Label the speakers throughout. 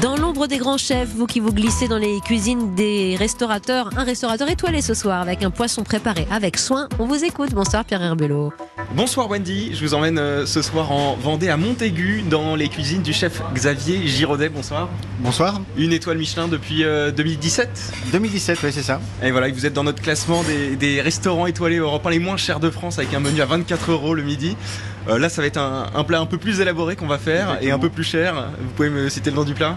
Speaker 1: Dans l'ombre des grands chefs, vous qui vous glissez dans les cuisines des restaurateurs, un restaurateur étoilé ce soir avec un poisson préparé avec soin. On vous écoute. Bonsoir Pierre Herbelot.
Speaker 2: Bonsoir Wendy, je vous emmène euh, ce soir en Vendée à Montaigu dans les cuisines du chef Xavier Giraudet. Bonsoir.
Speaker 3: Bonsoir.
Speaker 2: Une étoile Michelin depuis euh, 2017.
Speaker 3: 2017, oui, c'est ça.
Speaker 2: Et voilà, vous êtes dans notre classement des, des restaurants étoilés européens les moins chers de France avec un menu à 24 euros le midi. Euh, là, ça va être un, un plat un peu plus élaboré qu'on va faire et un peu plus cher. Vous pouvez me citer le nom du plat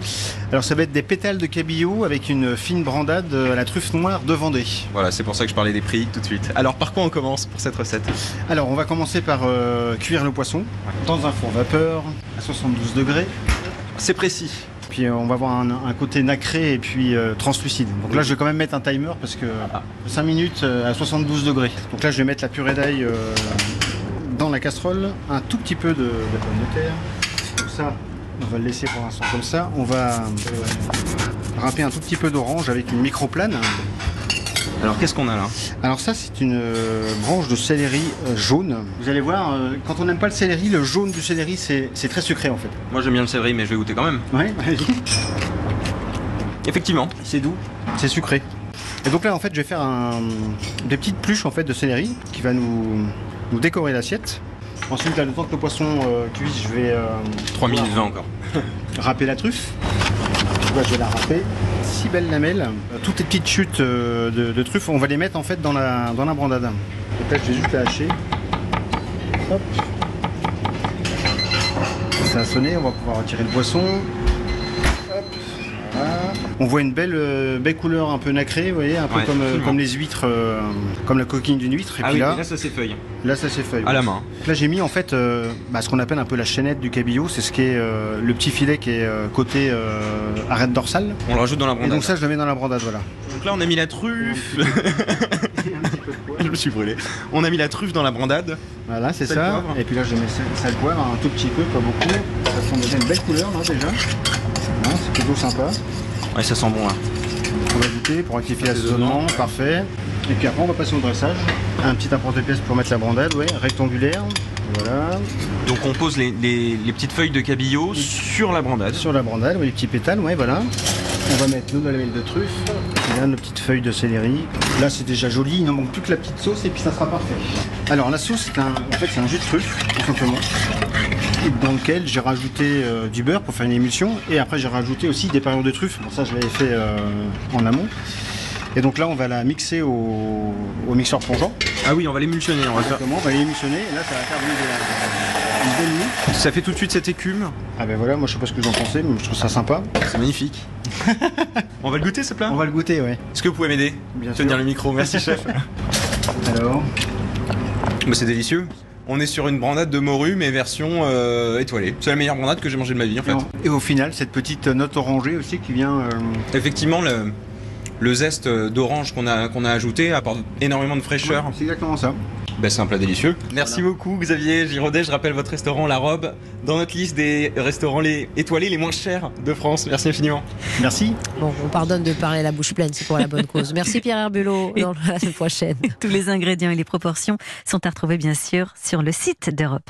Speaker 3: Alors, ça va être des pétales de cabillaud avec une fine brandade euh, à la truffe noire de Vendée.
Speaker 2: Voilà, c'est pour ça que je parlais des prix tout de suite. Alors, par quoi on commence pour cette recette
Speaker 3: Alors, on va commencer par euh, cuire le poisson dans un four vapeur à 72 degrés.
Speaker 2: C'est précis.
Speaker 3: Puis euh, on va avoir un, un côté nacré et puis euh, translucide. Donc là, je vais quand même mettre un timer parce que 5 minutes euh, à 72 degrés. Donc là, je vais mettre la purée d'ail euh, dans la casserole, un tout petit peu de, de pommes de terre. Donc ça, on va le laisser pour l'instant comme ça. On va euh, râper un tout petit peu d'orange avec une microplane.
Speaker 2: Alors, qu'est-ce qu'on a là
Speaker 3: Alors ça, c'est une euh, branche de céleri euh, jaune. Vous allez voir, euh, quand on n'aime pas le céleri, le jaune du céleri, c'est c'est très sucré en fait.
Speaker 2: Moi, j'aime bien le céleri, mais je vais goûter quand même.
Speaker 3: Ouais,
Speaker 2: Effectivement.
Speaker 3: C'est doux, c'est sucré. Et donc là, en fait, je vais faire un- des petites pluches en fait de céleri qui va nous, nous décorer l'assiette. Ensuite, là, le temps que le poisson euh, cuit, je vais euh,
Speaker 2: 3 minutes 20 encore.
Speaker 3: râper la truffe. Là, je vais la râper. Six belles lamelles. Euh, Toutes les petites chutes euh, de, de truffes, on va les mettre en fait dans la, dans la brandade. Donc là, je vais juste la hacher. Hop. Ça a sonné, on va pouvoir retirer le poisson. Hop. Voilà. On voit une belle, euh, belle couleur un peu nacrée, vous voyez, un peu
Speaker 2: Ouais,
Speaker 3: comme, euh,
Speaker 2: absolument.
Speaker 3: comme les huîtres, euh, comme la coquille d'une huître. Et
Speaker 2: Ah
Speaker 3: puis
Speaker 2: oui,
Speaker 3: là,
Speaker 2: déjà Ah, ça s'effeuille.
Speaker 3: là, ça s'est fait.
Speaker 2: À la main.
Speaker 3: Là j'ai mis en fait euh, bah, ce qu'on appelle un peu la chaînette du cabillaud, c'est ce qui est euh, le petit filet qui est euh, côté euh, arête dorsale.
Speaker 2: On le rajoute dans la
Speaker 3: Et
Speaker 2: brandade.
Speaker 3: donc ça je le mets dans la brandade voilà.
Speaker 2: Donc là, on a mis la truffe. Je me suis brûlé. On a mis la truffe dans la brandade.
Speaker 3: Voilà c'est
Speaker 2: Sel,
Speaker 3: ça.
Speaker 2: poivre.
Speaker 3: Et puis là je mets sel, sel poivre un tout petit peu, pas beaucoup. Ça sent déjà une belle couleur là déjà. Hein, c'est plutôt sympa.
Speaker 2: Ouais, ça sent bon hein. là.
Speaker 3: On va goûter pour activer l'assaisonnement, parfait. Et puis après on va passer au dressage. Un petit apport de pièces pour mettre la brandade, ouais, rectangulaire. Voilà.
Speaker 2: Donc on pose les, les- les petites feuilles de cabillaud sur la brandade.
Speaker 3: Sur la brandade, ouais, les petits pétales, ouais, voilà. On va mettre nos lamelles de truffe, et là nos petites feuilles de céleri. Là c'est déjà joli, il ne manque plus que la petite sauce et puis ça sera parfait. Alors la sauce, c'est un, en fait, c'est un jus de truffe, tout simplement, dans lequel j'ai rajouté euh, du beurre pour faire une émulsion et après j'ai rajouté aussi des parures de truffe. Bon, ça je l'avais fait euh, en amont. Et donc là on va la mixer au, au mixeur plongeant.
Speaker 2: Ah oui, on va l'émulsionner. On va faire...
Speaker 3: Exactement, on va l'émulsionner et là ça va faire venir de la- une belle mie.
Speaker 2: Ça fait tout de suite cette écume.
Speaker 3: Ah ben voilà, moi je sais pas ce que vous en pensez, mais je trouve ça sympa.
Speaker 2: C'est magnifique. on va le goûter ce plat
Speaker 3: On va le goûter, ouais.
Speaker 2: Est-ce que vous pouvez m'aider
Speaker 3: Bien
Speaker 2: Tenir
Speaker 3: sûr.
Speaker 2: le micro, merci chef.
Speaker 3: Alors,
Speaker 2: Mais c'est délicieux. On est sur une brandade de morue, mais version euh, étoilée. C'est la meilleure brandade que j'ai mangée de ma vie en fait.
Speaker 3: et au final, cette petite note orangée aussi qui vient. euh,
Speaker 2: Effectivement, le, le zeste euh, d'orange qu'on a, qu'on a ajouté apporte énormément de fraîcheur.
Speaker 3: C'est exactement ça.
Speaker 2: Ben, c'est un plat délicieux. Merci beaucoup Xavier Giraudet. Je rappelle votre restaurant La Robe dans notre liste des restaurants les étoilés les moins chers de France. Merci infiniment.
Speaker 3: Merci.
Speaker 1: Bon, on pardonne de parler la bouche pleine, c'est pour la bonne cause. Merci Pierre Herbelot. Non, À la semaine prochaine.
Speaker 4: Tous les ingrédients et les proportions sont à retrouver bien sûr sur le site d'Europe 1.